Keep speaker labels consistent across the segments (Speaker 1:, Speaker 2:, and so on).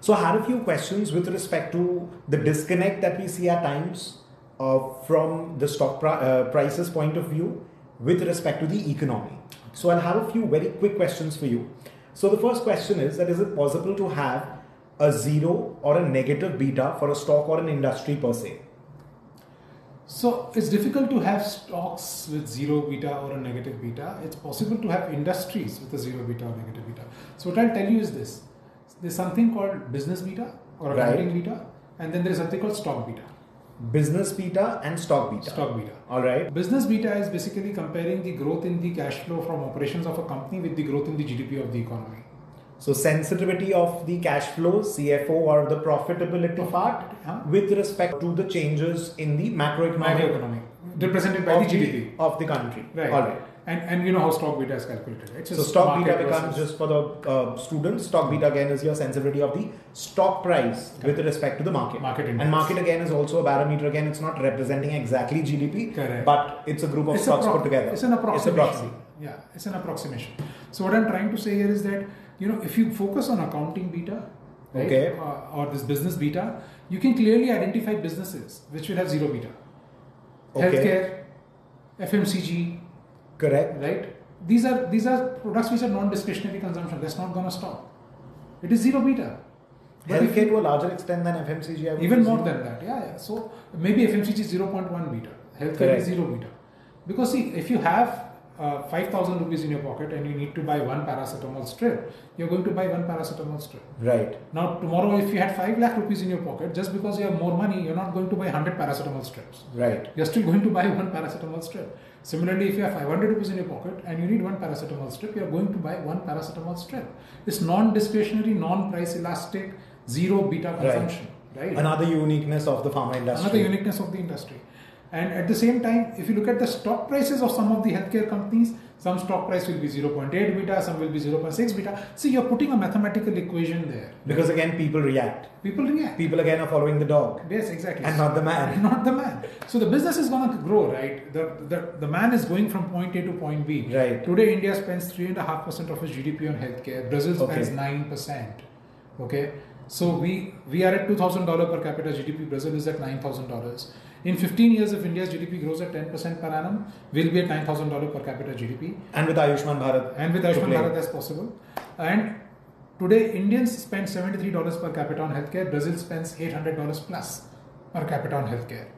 Speaker 1: So I had a few questions with respect to the disconnect that we see at times uh, from the stock pri- uh, prices point of view with respect to the economy. So I'll have a few very quick questions for you. So the first question is that is it possible to have a zero or a negative beta for a stock or an industry per se?
Speaker 2: So it's difficult to have stocks with zero beta or a negative beta. It's possible to have industries with a zero beta or negative beta. So what I'll tell you is this: there's something called business beta or
Speaker 1: Right.
Speaker 2: accounting beta, and then there's something called stock beta.
Speaker 1: Business beta and stock beta.
Speaker 2: Stock beta.
Speaker 1: All right.
Speaker 2: Business beta is basically comparing the growth in the cash flow from operations of a company with the growth in the GDP of the economy.
Speaker 1: So sensitivity of the cash flow, CFO, or the profitability part
Speaker 2: Huh?
Speaker 1: with respect to the changes in the macroeconomic
Speaker 2: Macroeconomic, represented by the
Speaker 1: of
Speaker 2: GDP.
Speaker 1: of the country.
Speaker 2: Right.
Speaker 1: All right.
Speaker 2: And and you know how stock beta is calculated, right?
Speaker 1: So
Speaker 2: Just
Speaker 1: stock
Speaker 2: market
Speaker 1: beta becomes
Speaker 2: versus- Hmm.
Speaker 1: just for the uh, students. Stock beta again is your sensitivity of the stock price with respect to the market.
Speaker 2: Market
Speaker 1: And
Speaker 2: index.
Speaker 1: market again is also a barometer. Again, it's not representing exactly GDP,
Speaker 2: Correct.
Speaker 1: but it's a group of
Speaker 2: It's a
Speaker 1: stocks
Speaker 2: pro-
Speaker 1: put together.
Speaker 2: It's an approximation.
Speaker 1: proxy.
Speaker 2: Yeah, it's an approximation. So what I'm trying to say here is that you know if you focus on accounting beta, right,
Speaker 1: Okay.
Speaker 2: uh, or this business beta, you can clearly identify businesses which will have zero beta.
Speaker 1: Okay.
Speaker 2: Healthcare, FMCG,
Speaker 1: Correct.
Speaker 2: right? These are these are products which are non-discretionary consumption. That's not going to stop. It is zero beta. But if
Speaker 1: Healthcare to a larger extent than FMCG. I would
Speaker 2: even more
Speaker 1: assume.
Speaker 2: than that yeah, yeah. so maybe fmcg is 0.1 beta healthcare
Speaker 1: Correct.
Speaker 2: is 0 beta because see if you have uh, 5000 rupees in your pocket and you need to buy one paracetamol strip you're going to buy one paracetamol strip
Speaker 1: Right.
Speaker 2: now tomorrow if you had 5 lakh rupees in your pocket just because you have more money you're not going to buy 100 paracetamol strips
Speaker 1: Right.
Speaker 2: you're still going to buy one paracetamol strip similarly if you have 500 rupees in your pocket and you need one paracetamol strip you're going to buy one paracetamol strip it's non-discretionary non-price elastic zero beta consumption right,
Speaker 1: Another uniqueness of the pharma industry.
Speaker 2: another uniqueness of the industry. And at the same time, if you look at the stock prices of some of the healthcare companies, some stock price will be 0.8 beta, some will be 0.6 beta. See, you're putting a mathematical equation there.
Speaker 1: Because again, people react.
Speaker 2: People react.
Speaker 1: People again are following the dog.
Speaker 2: Yes, exactly.
Speaker 1: And not the man.
Speaker 2: Not the man. So the business is going to grow, right? The, the the man is going from point A to point B.
Speaker 1: Right.
Speaker 2: Today, India spends three and a half percent of its GDP on healthcare. Brazil
Speaker 1: Okay.
Speaker 2: spends nine percent. Okay. So we we are at two thousand dollar per capita GDP. Brazil is at nine thousand dollars. In fifteen years, if India's GDP grows at ten percent per annum, we'll be at nine thousand dollar per capita GDP
Speaker 1: And with Ayushman Bharat.
Speaker 2: and with
Speaker 1: to
Speaker 2: Ayushman
Speaker 1: play.
Speaker 2: Bharat that's possible. And today Indians spend seventy-three dollars per capita on healthcare. Brazil spends eight hundred dollars plus per capita on healthcare.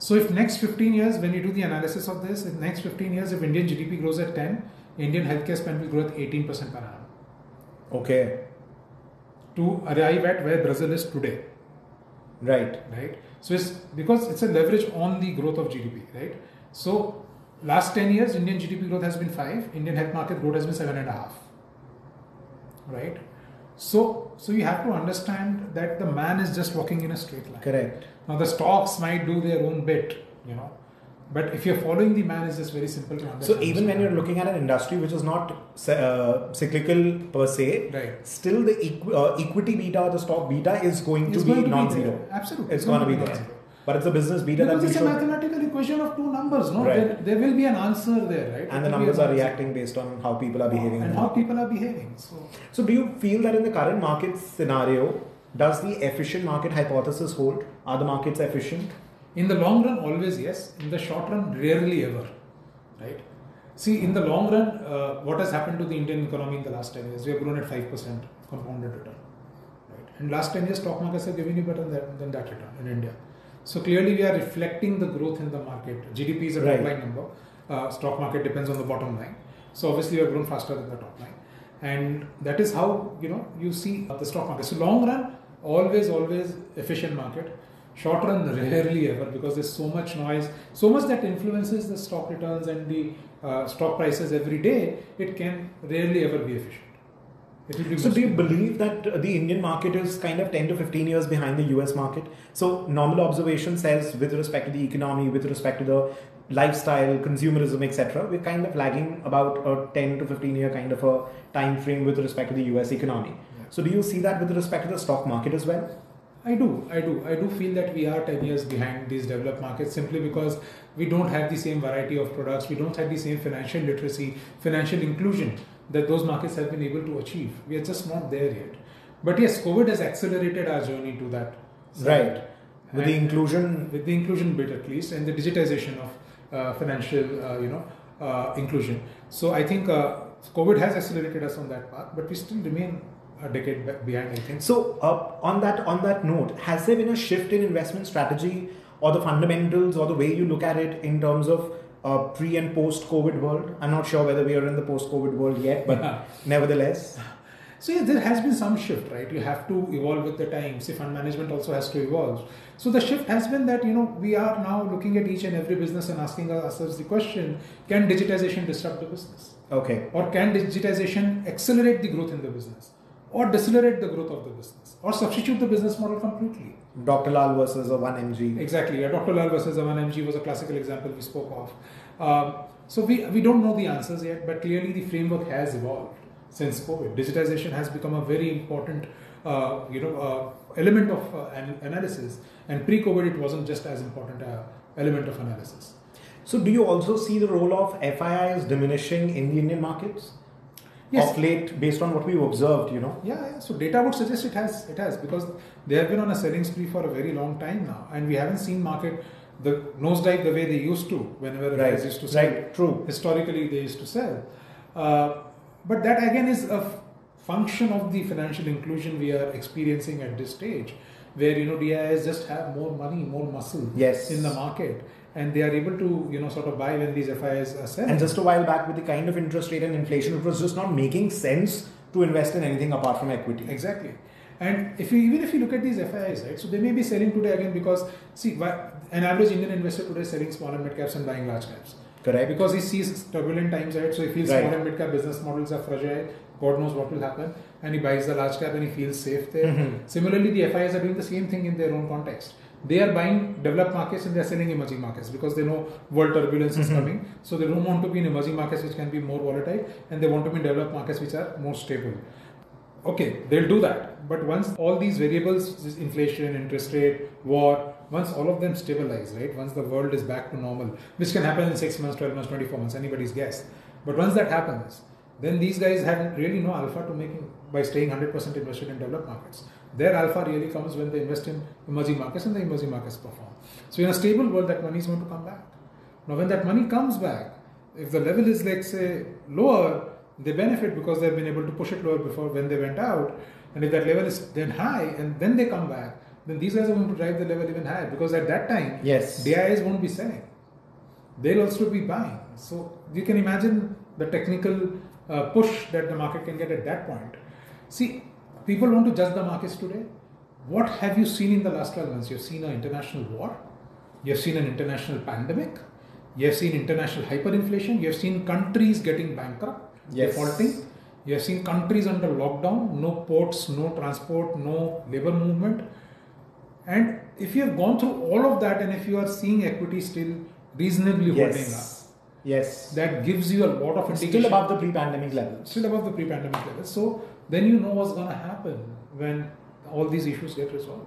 Speaker 2: So if next fifteen years, when you do the analysis of this, in next fifteen years, if Indian GDP grows at ten, Indian healthcare spend will grow at eighteen percent per annum
Speaker 1: Okay.
Speaker 2: to arrive at where Brazil is today.
Speaker 1: Right.
Speaker 2: right? So it's because it's a leverage on the growth of GDP, right? So last 10 years, Indian GDP growth has been five, Indian health market growth has been seven and a half, right? So, so you have to understand that the man is just walking in a straight line.
Speaker 1: Correct.
Speaker 2: Now the stocks might do their own bit, you know, but if you're following the man, it's just very simple to understand.
Speaker 1: So even when you're looking at an industry which is not uh, cyclical per se,
Speaker 2: Right.
Speaker 1: still the equ- uh, equity beta or the stock beta is going to
Speaker 2: It's
Speaker 1: be
Speaker 2: going to be
Speaker 1: non-zero.
Speaker 2: there. Absolutely.
Speaker 1: it's
Speaker 2: It's
Speaker 1: going to be
Speaker 2: going to be
Speaker 1: there.
Speaker 2: non-zero.
Speaker 1: But it's a business beta
Speaker 2: because
Speaker 1: that we
Speaker 2: it's a
Speaker 1: should,
Speaker 2: mathematical equation of two numbers, no?
Speaker 1: Right.
Speaker 2: There, there will be an answer there, right?
Speaker 1: and the
Speaker 2: There will be
Speaker 1: numbers
Speaker 2: an
Speaker 1: are
Speaker 2: answer.
Speaker 1: reacting based on how people are behaving.
Speaker 2: and how people are behaving. So
Speaker 1: So do you feel that in the current market scenario, does the efficient market hypothesis hold? Are the markets efficient?
Speaker 2: in the long run, always yes. In the short run, rarely ever. Right. See, in the long run, uh, what has happened to the Indian economy in the last ten years? We have grown at five percent compounded return. Right. And last ten years, stock markets have given you better than, than that return in India. So clearly, we are reflecting the growth in the market. GDP is a top
Speaker 1: Right.
Speaker 2: line number. Uh, stock market depends on the bottom line. So obviously, we have grown faster than the top line, and that is how you know you see the stock market. So long run, always, always efficient market. Short run, rarely ever because there's so much noise, so much that influences the stock returns and the uh, stock prices every day. It can rarely ever be efficient. It will be
Speaker 1: So
Speaker 2: much
Speaker 1: do you
Speaker 2: more-
Speaker 1: believe that uh, the Indian market is kind of 10 to 15 years behind the US market? So normal observation says with respect to the economy, with respect to the lifestyle, consumerism, etc., we're kind of lagging about a 10 to 15 year kind of a time frame with respect to the US economy. So do you see that with respect to the stock market as well?
Speaker 2: I do, I do, I do feel that we are 10 years behind these developed markets simply because we don't have the same variety of products, we don't have the same financial literacy, financial inclusion that those markets have been able to achieve. We are just not there yet. But yes, COVID has accelerated our journey to that.
Speaker 1: Right. With the
Speaker 2: And- uh,
Speaker 1: inclusion,
Speaker 2: with the inclusion bit at least and the digitization of uh, financial uh, you know uh, inclusion so i think uh, covid has accelerated us on that path but we still remain a decade back behind i think
Speaker 1: So uh, on that on that note, has there been a shift in investment strategy or the fundamentals or the way you look at it in terms of uh, pre and post COVID world? I'm not sure whether we are in the post COVID world yet, but nevertheless,
Speaker 2: so yeah, there has been some shift right you have to evolve with the times the fund management also has to evolve so the shift has been that you know we are now looking at each and every business and asking ourselves the question can digitization disrupt the business
Speaker 1: okay,
Speaker 2: or can digitization accelerate the growth in the business or decelerate the growth of the business or substitute the business model completely
Speaker 1: Dr. Lal versus a one mg.
Speaker 2: Exactly. Yeah, Dr. Lal versus Aman MG was a classical example we spoke of. Um, so we, we don't know the answers yet, but clearly the framework has evolved since COVID. Digitization has become a very important uh, you know uh, element of uh, an analysis, and pre-COVID it wasn't just as important a element of analysis.
Speaker 1: So do you also see the role of FIIs diminishing in the Indian markets?
Speaker 2: Yes.
Speaker 1: Of late, based on what we've observed, you know.
Speaker 2: Yeah, yeah. So data would suggest it has it has because they have been on a selling spree for a very long time now, and we haven't seen market the nosedive the way they used to whenever it was used to sell.
Speaker 1: right, true.
Speaker 2: historically they used to sell. Uh, but that again is a f- function of the financial inclusion we are experiencing at this stage, where you know DIIs just have more money, more muscle
Speaker 1: Yes.
Speaker 2: in the market, and they are able to you know sort of buy when these FIs are selling.
Speaker 1: And just a while back, with the kind of interest rate and inflation, it was just not making sense to invest in anything apart from equity.
Speaker 2: Exactly. And if you even if you look at these FIs, right? So they may be selling today again because see, why, an average Indian investor today is selling small and mid caps and buying large caps.
Speaker 1: Correct.
Speaker 2: Because he sees turbulent times ahead, so he feels
Speaker 1: Right.
Speaker 2: small and mid cap business models are fragile. God knows what will happen, and he buys the large cap and he feels safe there.
Speaker 1: Mhm.
Speaker 2: Similarly, the FIs are doing the same thing in their own context. They are buying developed markets and they are selling emerging markets because they know world turbulence is coming. So they don't want to be in emerging markets which can be more volatile, and they want to be in developed markets which are more stable. Okay, they'll do that. But once all these variables, this inflation, interest rate, war, once all of them stabilize, right? Once the world is back to normal, which can happen in six months, 12 months, 24 months, anybody's guess. But once that happens, then these guys have really no alpha to make by staying 100% invested in developed markets. Their alpha really comes when they invest in emerging markets and the emerging markets perform. So, in a stable world, that money is going to come back. Now, when that money comes back, if the level is, let's say, lower, they benefit because they've been able to push it lower before when they went out. And if that level is then high and then they come back, then these guys are going to drive the level even higher because at that time,
Speaker 1: Yes.
Speaker 2: DIs won't be selling. They'll also be buying. So you can imagine the technical uh, push that the market can get at that point. See, people want to judge the markets today. What have you seen in the last 12 months? You've seen an international war, you've seen an international pandemic, you've seen international hyperinflation, you've seen countries getting bankrupt,
Speaker 1: Yes.
Speaker 2: defaulting, you have seen countries under lockdown, no ports, no transport, no labor movement. And if you have gone through all of that and if you are seeing equity still reasonably holding up,
Speaker 1: Yes. Yes.
Speaker 2: that gives you a lot of indication.
Speaker 1: Still above the pre-pandemic levels.
Speaker 2: still above the pre-pandemic level. So then you know what's going to happen when all these issues get resolved.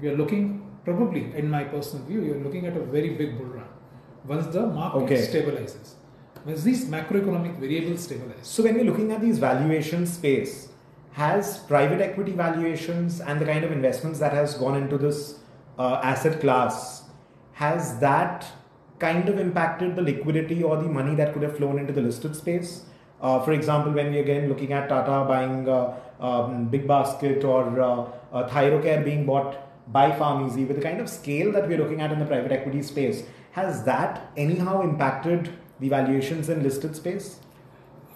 Speaker 2: We are looking probably, in my personal view, you're looking at a very big bull run once the market
Speaker 1: Okay.
Speaker 2: stabilizes, once these macroeconomic variables stabilize.
Speaker 1: So when we're looking at these valuation space, has private equity valuations and the kind of investments that has gone into this uh, asset class, has that kind of impacted the liquidity or the money that could have flown into the listed space? Uh, for example, when we again looking at Tata buying uh, um, Big Basket or uh, uh, Thyrocare being bought by FarmEasy, with the kind of scale that we're looking at in the private equity space, has that anyhow impacted the valuations in listed space?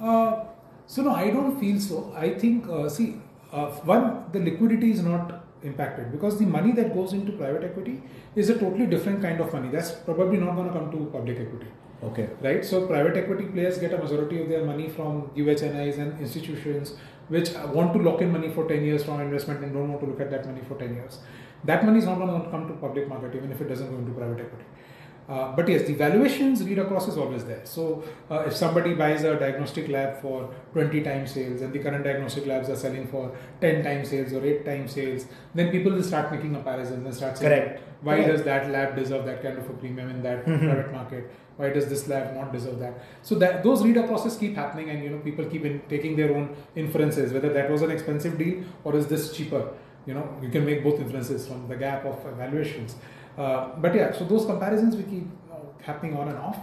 Speaker 2: Uh, so no, I don't feel so. I think uh, see uh, one the liquidity is not impacted because the money that goes into private equity is a totally different kind of money. That's probably not going to come to public equity,
Speaker 1: Okay.
Speaker 2: right? So private equity players get a majority of their money from UHNIs and institutions which uh, want to lock in money for 10 years from investment and don't want to look at that money for 10 years. That money is not going to come to public market even if it doesn't go into private equity. Uh, but yes, the valuations read across is always there. So uh, if somebody buys a diagnostic lab for 20 times sales and the current diagnostic labs are selling for 10 times sales or 8 times sales, then people will start making comparisons and start saying,
Speaker 1: Correct.
Speaker 2: why
Speaker 1: Correct.
Speaker 2: does that lab deserve that kind of a premium in that private market? Why does this lab not deserve that? So that those read acrosses keep happening and you know people keep in, taking their own inferences, whether that was an expensive deal or is this cheaper? You know, you can make both inferences from the gap of evaluations. Uh, but yeah, so those comparisons we keep uh, happening on and off.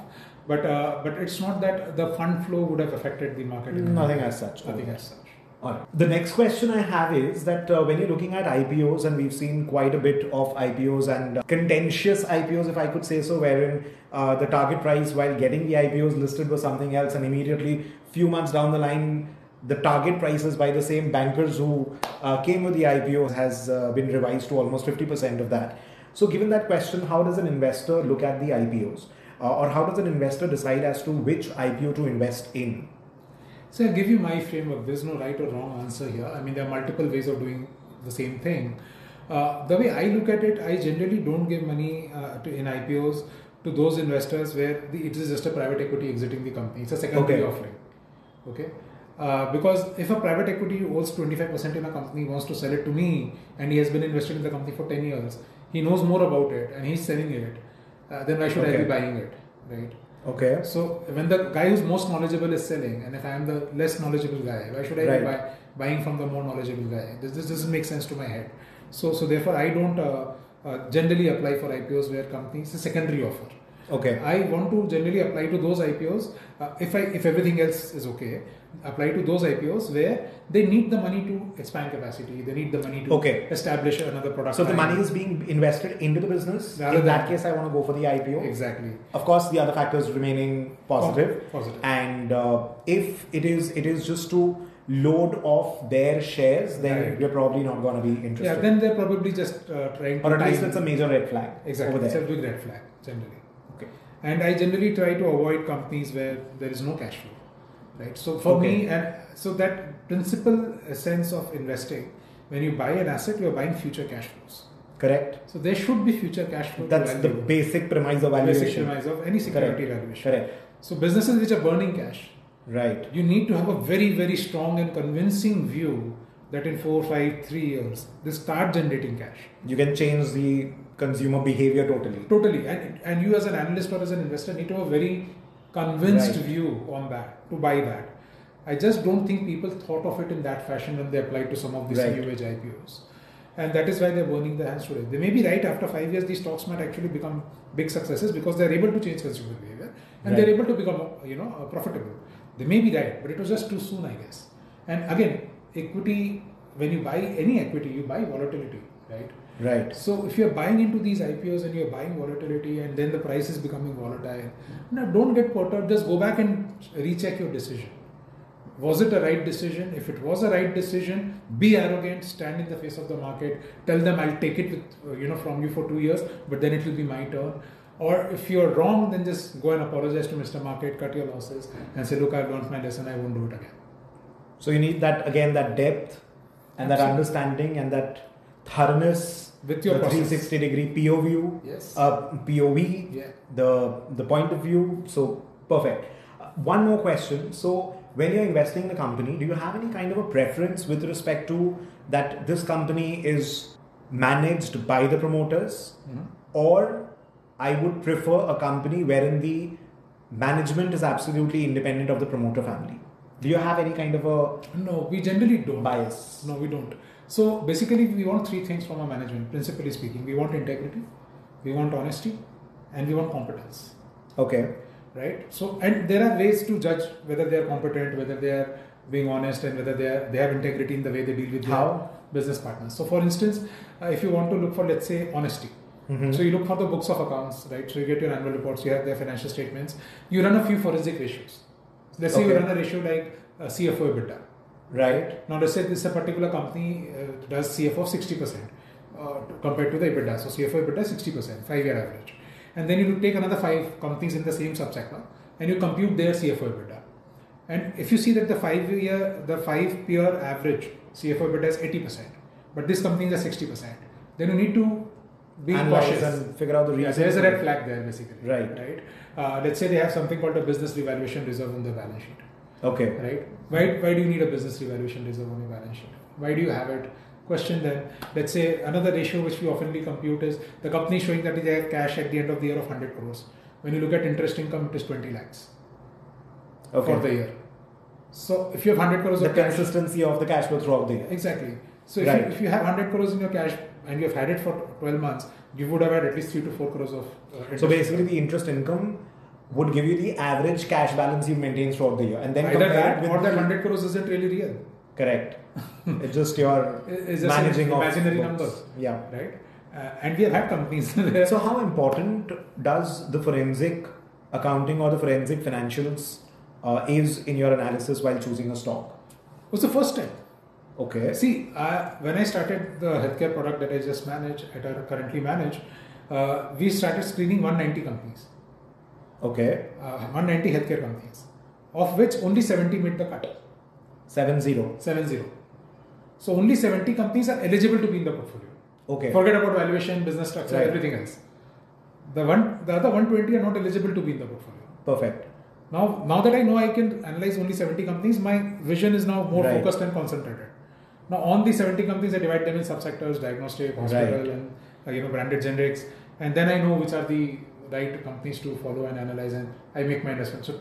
Speaker 2: But uh, but it's not that the fund flow would have affected the market. in any
Speaker 1: Nothing
Speaker 2: way.
Speaker 1: as such.
Speaker 2: Nothing
Speaker 1: Okay.
Speaker 2: as such.
Speaker 1: All right. The next question I have is that uh, when you're looking at IPOs, and we've seen quite a bit of IPOs and uh, contentious IPOs, if I could say so, wherein uh, the target price while getting the IPOs listed was something else, and immediately, few months down the line, the target prices by the same bankers who uh, came with the IPO has uh, been revised to almost 50% of that. So, given that question, how does an investor look at the IPOs? Uh, or how does an investor decide as to which IPO to invest in?
Speaker 2: So I'll give you my framework. There's no right or wrong answer here. I mean, there are multiple ways of doing the same thing. Uh, the way I look at it, I generally don't give money uh, to, in IPOs to those investors where the, it is just a private equity exiting the company. It's a secondary
Speaker 1: Okay.
Speaker 2: offering. Okay. Uh, because if a private equity who owns 25% in a company wants to sell it to me and he has been invested in the company for 10 years, he knows more about it and he's selling it, uh, then why should I
Speaker 1: Okay.
Speaker 2: be buying it? Right.
Speaker 1: Okay.
Speaker 2: So when the guy who's most knowledgeable is selling, and if I am the less knowledgeable guy, why should I
Speaker 1: Right.
Speaker 2: be buy, buying from the more knowledgeable guy? This, this doesn't make sense to my head. So so therefore I don't uh, uh, generally apply for IPOs where companies a secondary offer.
Speaker 1: Okay.
Speaker 2: I want to generally apply to those IPOs uh, if I if everything else is okay. Apply to those IPOs where they need the money to expand capacity. They need the money to
Speaker 1: Okay.
Speaker 2: establish another product.
Speaker 1: So if the
Speaker 2: line.
Speaker 1: money is being invested into the business.
Speaker 2: Rather
Speaker 1: in that
Speaker 2: than-
Speaker 1: case, I want to go for the IPO.
Speaker 2: exactly
Speaker 1: Of course, the other factors remaining positive.
Speaker 2: Oh, Positive.
Speaker 1: And uh, if it is, it is just to load off their shares, then
Speaker 2: Right.
Speaker 1: you're probably not going to be
Speaker 2: yeah.
Speaker 1: interested.
Speaker 2: Then they're probably just uh, trying to
Speaker 1: or at least
Speaker 2: time-
Speaker 1: it's a major red flag
Speaker 2: Exactly.
Speaker 1: over
Speaker 2: It's a
Speaker 1: there.
Speaker 2: big red flag generally.
Speaker 1: Okay.
Speaker 2: And I generally try to avoid companies where there is no cash flow. Right. So for
Speaker 1: Okay.
Speaker 2: me and so that principal sense of investing, when you buy an asset, you're buying future cash flows.
Speaker 1: Correct.
Speaker 2: So there should be future cash flow. to
Speaker 1: That's the
Speaker 2: value,
Speaker 1: basic premise of
Speaker 2: basic
Speaker 1: valuation.
Speaker 2: premise of any security valuation.
Speaker 1: Correct.
Speaker 2: So businesses which are burning cash,
Speaker 1: Right.
Speaker 2: you need to have a very, very strong and convincing view that in four, five, three years they start generating cash.
Speaker 1: You can change the consumer behavior totally.
Speaker 2: Totally. And, and you as an analyst or as an investor need to have a very convinced
Speaker 1: Right.
Speaker 2: view on that, to buy that. I just don't think people thought of it in that fashion when they applied to some of these
Speaker 1: Right.
Speaker 2: new age IPOs. And that is why they're burning their hands today. They may be right after five years, these stocks might actually become big successes because they're able to change consumer behavior and
Speaker 1: Right.
Speaker 2: they're able to become, you know, uh, profitable. They may be right, but it was just too soon, I guess. And again, equity, when you buy any equity, you buy volatility, right?
Speaker 1: Right.
Speaker 2: So if you're buying into these IPOs and you're buying volatility and then the price is becoming volatile, now don't get perturbed. Just go back and recheck your decision. Was it a right decision? If it was a right decision, be arrogant, stand in the face of the market, tell them I'll take it with, uh, you know from you for two years, but then it will be my turn. Or if you're wrong, then just go and apologize to Mr. Market, cut your losses, and say, look, I've learned my lesson. I won't do it again.
Speaker 1: So you need that again, that depth and that
Speaker 2: Absolutely.
Speaker 1: understanding and that thoroughness
Speaker 2: With your
Speaker 1: the
Speaker 2: process.
Speaker 1: 360 degree POV,
Speaker 2: Yes.
Speaker 1: uh, POV,
Speaker 2: Yeah.
Speaker 1: the the point of view. So perfect. Uh, one more question. So when you're investing in a company, do you have any kind of a preference with respect to that this company is managed by the promoters,
Speaker 2: Mm-hmm.
Speaker 1: or I would prefer a company wherein the management is absolutely independent of the promoter family. Do you have any kind of a
Speaker 2: No, we generally don't.
Speaker 1: bias.
Speaker 2: No, we don't. So basically, we want three things from our management, principally speaking. We want integrity, we want honesty, and we want competence.
Speaker 1: Okay.
Speaker 2: Right? So, and there are ways to judge whether they are competent, whether they are being honest, and whether they are they have integrity in the way they deal with
Speaker 1: How?
Speaker 2: their business partners. So, for instance, uh, if you want to look for, let's say, honesty.
Speaker 1: Mhm.
Speaker 2: So you look for the books of accounts, right? So you get your annual reports, you have their financial statements. You run a few forensic ratios. Let's say you
Speaker 1: Okay.
Speaker 2: run a ratio like uh, CFO EBITDA.
Speaker 1: Right.
Speaker 2: Now, let's say this a particular company uh, does CFO of 60% uh, to- compared to the EBITDA. So, CFO EBITDA is 60%, five year average. And then you take another five companies in the same subsector and you compute their CFO EBITDA. And if you see that the five year, the five peer average CFO EBITDA is 80%, but this company is at 60%, then you need to being
Speaker 1: analyze
Speaker 2: cautious
Speaker 1: and figure out the
Speaker 2: Yeah,
Speaker 1: reason.
Speaker 2: there's a red flag there basically.
Speaker 1: Right.
Speaker 2: Right. Uh, let's say they have something called a business revaluation reserve on their balance sheet.
Speaker 1: Okay.
Speaker 2: Right. Why, why do you need a business revaluation reserve on your balance sheet? Why do you have it? Question then. Let's say another ratio which we oftenly compute is the company showing that they have cash at the end of the year of 100 crores. When you look at interest income, it is 20 lakhs
Speaker 1: Okay.
Speaker 2: for the year. So if you have 100 crores
Speaker 1: the
Speaker 2: of cash,
Speaker 1: consistency of the cash flow throughout the year.
Speaker 2: Exactly. So if,
Speaker 1: Right.
Speaker 2: you, if you have 100 crores in your cash and you have had it for 12 months, you would have had at least 3 to 4 crores of uh, interest.
Speaker 1: So basically, the interest income would give you the average cash balance you maintain throughout the year, and then
Speaker 2: either
Speaker 1: compare
Speaker 2: that
Speaker 1: it with
Speaker 2: or that 100 crores isn't really real.
Speaker 1: correct. it's just your
Speaker 2: It's just an
Speaker 1: managing of
Speaker 2: imaginary
Speaker 1: books.
Speaker 2: numbers.
Speaker 1: Yeah.
Speaker 2: Right? Uh, and we have had companies where
Speaker 1: So, how important does the forensic accounting or the forensic financials uh, is in your analysis while choosing a stock?
Speaker 2: it was the first time.
Speaker 1: Okay.
Speaker 2: See, uh, when I started the healthcare product that I just manage, at our currently manage, uh, we started screening 190 companies,
Speaker 1: Okay.
Speaker 2: uh, 190 healthcare companies, of which only 70 made the cut.
Speaker 1: Seven zero.
Speaker 2: 70. So only 70 companies are eligible to be in the portfolio.
Speaker 1: Okay.
Speaker 2: Forget about valuation, business structure,
Speaker 1: Right.
Speaker 2: everything else. The one, the other 120 are not eligible to be in the portfolio.
Speaker 1: Perfect.
Speaker 2: Now, now that I know I can analyze only 70 companies, my vision is now more
Speaker 1: Right.
Speaker 2: focused and concentrated. Now, on these 70 companies, I divide them in subsectors, diagnostic, hospital, and uh, you know branded generics, and then I know which are the right companies to follow and analyze, and I make my investment. So,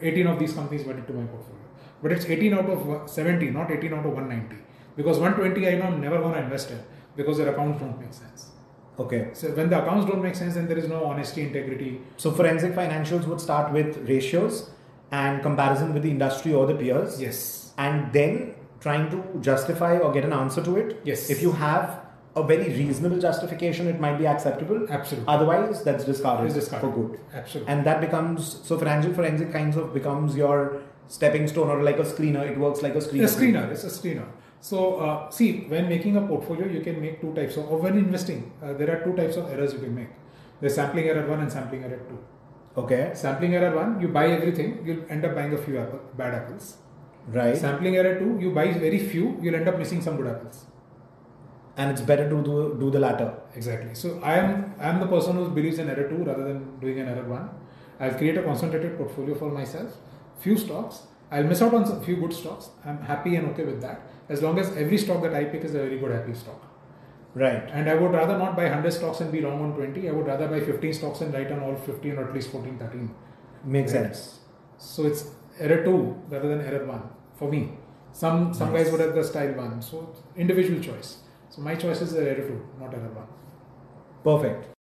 Speaker 2: 18 of these companies went into my portfolio, but it's 18 out of one- 70, not 18 out of 190, because 120 I know I'm never going to invest in because their accounts don't make sense.
Speaker 1: Okay.
Speaker 2: So, when the accounts don't make sense, then there is no honesty, integrity,
Speaker 1: So, forensic financials would start with ratios and comparison with the industry or the peers.
Speaker 2: yes,
Speaker 1: and then trying to justify or get an answer to it.
Speaker 2: Yes.
Speaker 1: If you have a very reasonable justification, it might be acceptable.
Speaker 2: absolutely.
Speaker 1: Otherwise, that's discarded,
Speaker 2: Is discarded.
Speaker 1: for good.
Speaker 2: Absolutely.
Speaker 1: And that becomes so financial forensic kinds of becomes your stepping stone or like a screener. It works like a screener.
Speaker 2: A screener. It's a screener. So uh, see, when making a portfolio, you can make two types of, or when investing, uh, there are two types of errors you can make. There's sampling error one and sampling error two.
Speaker 1: Okay.
Speaker 2: Sampling error one, you buy everything, you'll end up buying a few apple, bad apples.
Speaker 1: Right.
Speaker 2: Sampling error two, you buy very few, you'll end up missing some good apples.
Speaker 1: and it's better to do, do the latter.
Speaker 2: Exactly. So I am I am the person who believes in error two rather than doing an error one. I'll create a concentrated portfolio for myself, few stocks. I'll miss out on some few good stocks. I'm happy and okay with that. As long as every stock that I pick is a very good happy stock.
Speaker 1: Right.
Speaker 2: And I would rather not buy 100 stocks and be wrong on 20. I would rather buy 15 stocks and right on all 15 or at least 14, 13.
Speaker 1: Makes
Speaker 2: Right.
Speaker 1: sense.
Speaker 2: So it's error two rather than error one for me. Some some
Speaker 1: Nice.
Speaker 2: guys would have the style one. So individual choice. So my choice is error two, not error one.
Speaker 1: Perfect.